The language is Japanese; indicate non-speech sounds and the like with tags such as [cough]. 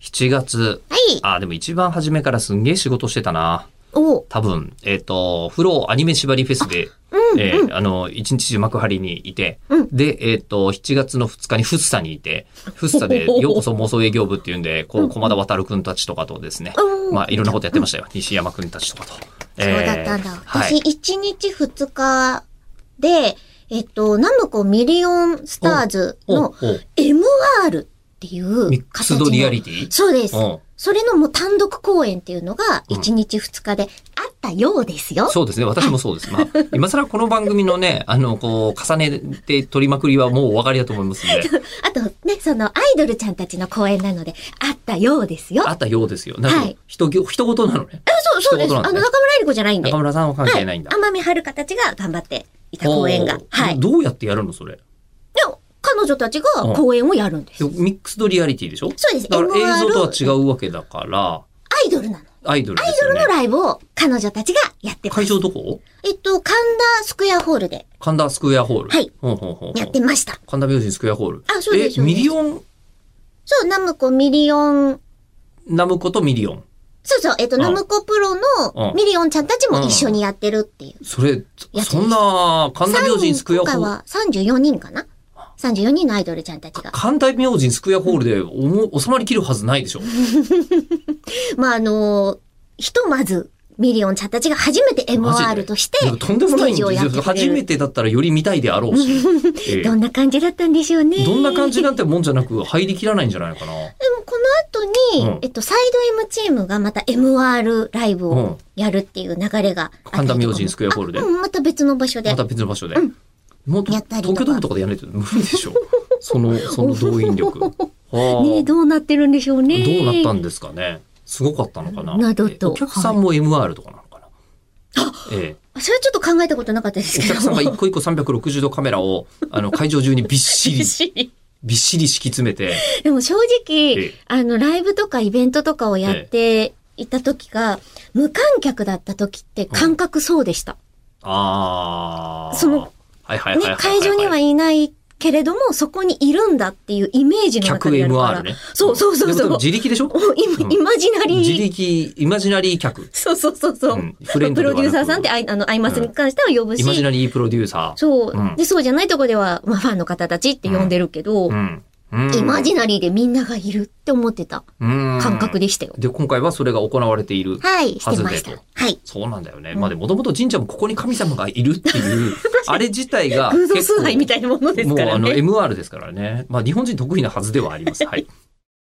7月。はい。あ、でも一番初めからすんげえ仕事してたな。お多分、えっ、と、フローアニメ縛りフェスで、えーあの、一日中幕張にいて、うんで、えっ、と、7月の2日にフッサにいて、フッサで、ようこそ妄想営業部っていうんで、こう、駒田渉くんたちとかとですね、おーまあ、いろんなことやってましたよ。西山くんたちとかと。そうだったんえーだ。は私、い。 1日2日で、えっと、ナムコミリオンスターズおのお MR っていうミック形スの。ドリアリティそうですうん。それのもう単独公演っていうのがうん1日2日であったようですよ。そうですね。私もそうです。まあ、今更この番組のね、 [laughs] あの、こう、重ねて取りまくりはもうお分かりだと思いますんで、 [laughs] [laughs] あとね、そのアイドルちゃんたちの公演なのであったようですよ。あったようですよ。なんはかい、人ぎ、人事なのね。そう、そうです。そういうことなんだあの、ね中村えり子じゃないんで。中村さんは関係ないんだは。天海遥香たちが頑張っていた公演がおー。はい。で、どどうやってやるのそれ。彼女たちが公演をやるんです。でミックスドリアリティでしょそうです。だから MR 映像とは違うわけだから、アイドルなの。アイドルアでイすドよルねの。ライブを彼女たちがやってます会。場どこえっと、神田スクエアホールで神田スクエアホール。はいほうほうほうほうやってました。神田明神スクエアホール。あそうでえ、すそうでミすリオン、そう、ナムコミリオン、ナムコとミリオン。そうそう、えっと、うんナムコプロうのんミリオンちゃんたちも一緒にやってるっていう。それで、すそんな、神田明神スクエア今ホー回ル。は34人かな ?34 人のアイドルちゃんたちが。関大明神スクエアホールでおも収まりきるはずないでしょ。まあ、あのーひとまず、ミリオンちゃんたちが初めてマジで MR として、いやとんでもスなテいーんジをやってですよ。くれ初める。てだったらより見たいであろう [laughs] し。ええどんな感じだったんでしょうね。どんな感じなんでてもんじゃなく入りきらないんじゃないかな。も、この後に、うんえっと、サイド M チームがまた MR ライブうんをやるっていう流れがあったりとか神も。田明神スクエアホールであうん、また別の場所で。また別の場所で。うんもっとやったりとか東京ドームとかでやらないと無理でしょ。そ [laughs] の、その動員力。はあねえどうなってるんでしょうね。どうなったんですかね。すごかったのかな。などとえお客さんも MR とかなのかな。ええ、あそれはちょっと考えたことなかったですおけど。客さんが一個一個360度カメラをあの会場中にびっし [laughs] りびっしり敷き詰めて、でも正え直え、あの、ライブとかイベントとかをやっていた時が、無観客だった時って感覚そうでした。ああ。その、はいはいはいはいね、会場にはいいないけれども、そこにいるんだっていうイメージの中客でやるから。 MR ね。そうそうそうでそもう。自力でしょおイうマんイマジナリ自ー。力、イマジナリー客。そうそうそうそう。うんフレンドでプロはなくデューサーさんってあいあの、アイマスに関しては呼ぶしイ、マジナリープロデューサそう、うんで、そうじゃないとこでは、まあ、ファンの方たちって呼んでるけど、ー。うん。うんイマジナリーでみんながいるって思ってた感感覚で。でしたよ。で、今回はそれが行われている。はい、してまし外れたと。はい。そうなんだよね。まあでもともと神社もここに神様がいるって [laughs] いう、あれ自体が偶結構。像崇拝みたいなものですもうからあのね。 MR ですからね。まあ日本人得意なはずではあります。はい。